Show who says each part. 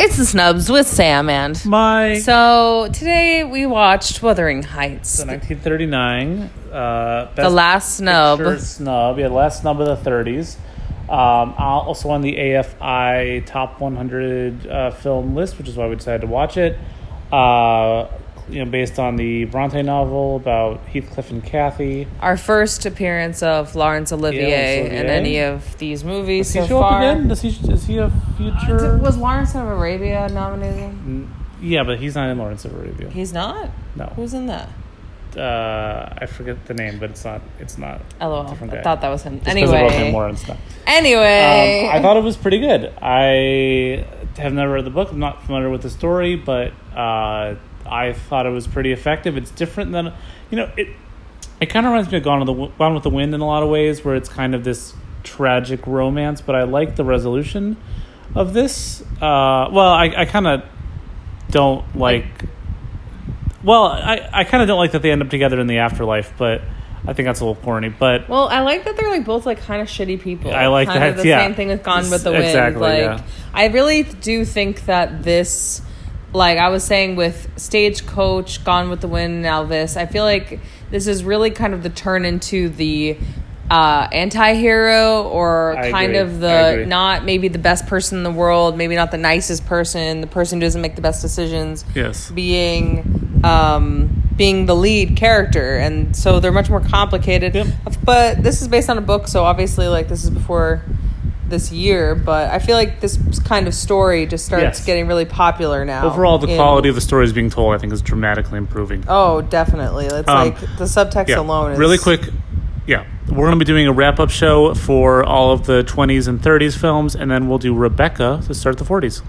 Speaker 1: It's the snubs with Sam and.
Speaker 2: My
Speaker 1: So today we watched Wuthering Heights,
Speaker 2: the
Speaker 1: the,
Speaker 2: 1939 uh, best
Speaker 1: last snub.
Speaker 2: Picture snub. Yeah, the last snub of the 30s. Um, I'll- also on the AFI Top 100 uh, film list, which is why we decided to watch it. Uh, you know, based on the Bronte novel about Heathcliff and Kathy.
Speaker 1: Our first appearance of Laurence Olivier
Speaker 2: Olivier.
Speaker 1: in any of these movies
Speaker 2: Does he
Speaker 1: so
Speaker 2: show
Speaker 1: far. Uh,
Speaker 2: up again? Does he? Is he a future?
Speaker 1: Was Lawrence of Arabia nominated?
Speaker 2: Mm. yeah, but he's not in Lawrence of Arabia.
Speaker 1: He's not.
Speaker 2: No,
Speaker 1: Who's in that?
Speaker 2: uh, I forget the name, but it's not. It's not.
Speaker 1: LOL.
Speaker 2: Different
Speaker 1: I
Speaker 2: guy.
Speaker 1: thought that was him.
Speaker 2: 'cause I wrote
Speaker 1: Oh, anyway.
Speaker 2: him Lawrence. No.
Speaker 1: Anyway.
Speaker 2: Um, I thought it was pretty good. I have never read the book. I'm not familiar with the story, but uh, I thought it was pretty effective. It's different than, you know, it. It kind of reminds me of Gone, with the, Wi- Gone with the Wind in a lot of ways, where it's kind of this tragic romance. But I like the resolution of this. Uh, well, I, I kind of don't like. Well, I, I kind of don't like that they end up together in the afterlife, but I think that's a little corny. But
Speaker 1: well, I like that they're like both like kind of shitty people.
Speaker 2: I like
Speaker 1: kind
Speaker 2: that,
Speaker 1: Of the
Speaker 2: yeah.
Speaker 1: same thing with Gone with the Wind.
Speaker 2: Exactly,
Speaker 1: like,
Speaker 2: yeah.
Speaker 1: I really do think that this, like I was saying with Stagecoach, Gone with the Wind, now this. I feel like this is really kind of the turn into the uh, anti-hero or
Speaker 2: I
Speaker 1: kind
Speaker 2: agree.
Speaker 1: of
Speaker 2: I
Speaker 1: the
Speaker 2: agree.
Speaker 1: not maybe the best person in the world, maybe not the nicest person, the person who doesn't make the best decisions.
Speaker 2: yes,
Speaker 1: being um, being the lead character, and so they're much more complicated.
Speaker 2: Yep.
Speaker 1: But this is based on a book, so obviously, like this is before this year. But I feel like this kind of story just starts
Speaker 2: Yes.
Speaker 1: getting really popular now.
Speaker 2: Overall, the
Speaker 1: in-
Speaker 2: quality of the stories being told, I think, is dramatically improving.
Speaker 1: Oh, definitely. It's
Speaker 2: Um,
Speaker 1: like the subtext alone is
Speaker 2: Really quick, yeah. We're going to be doing a wrap up show for all of the 20s and 30s films, and then we'll do Rebecca to start the 40s.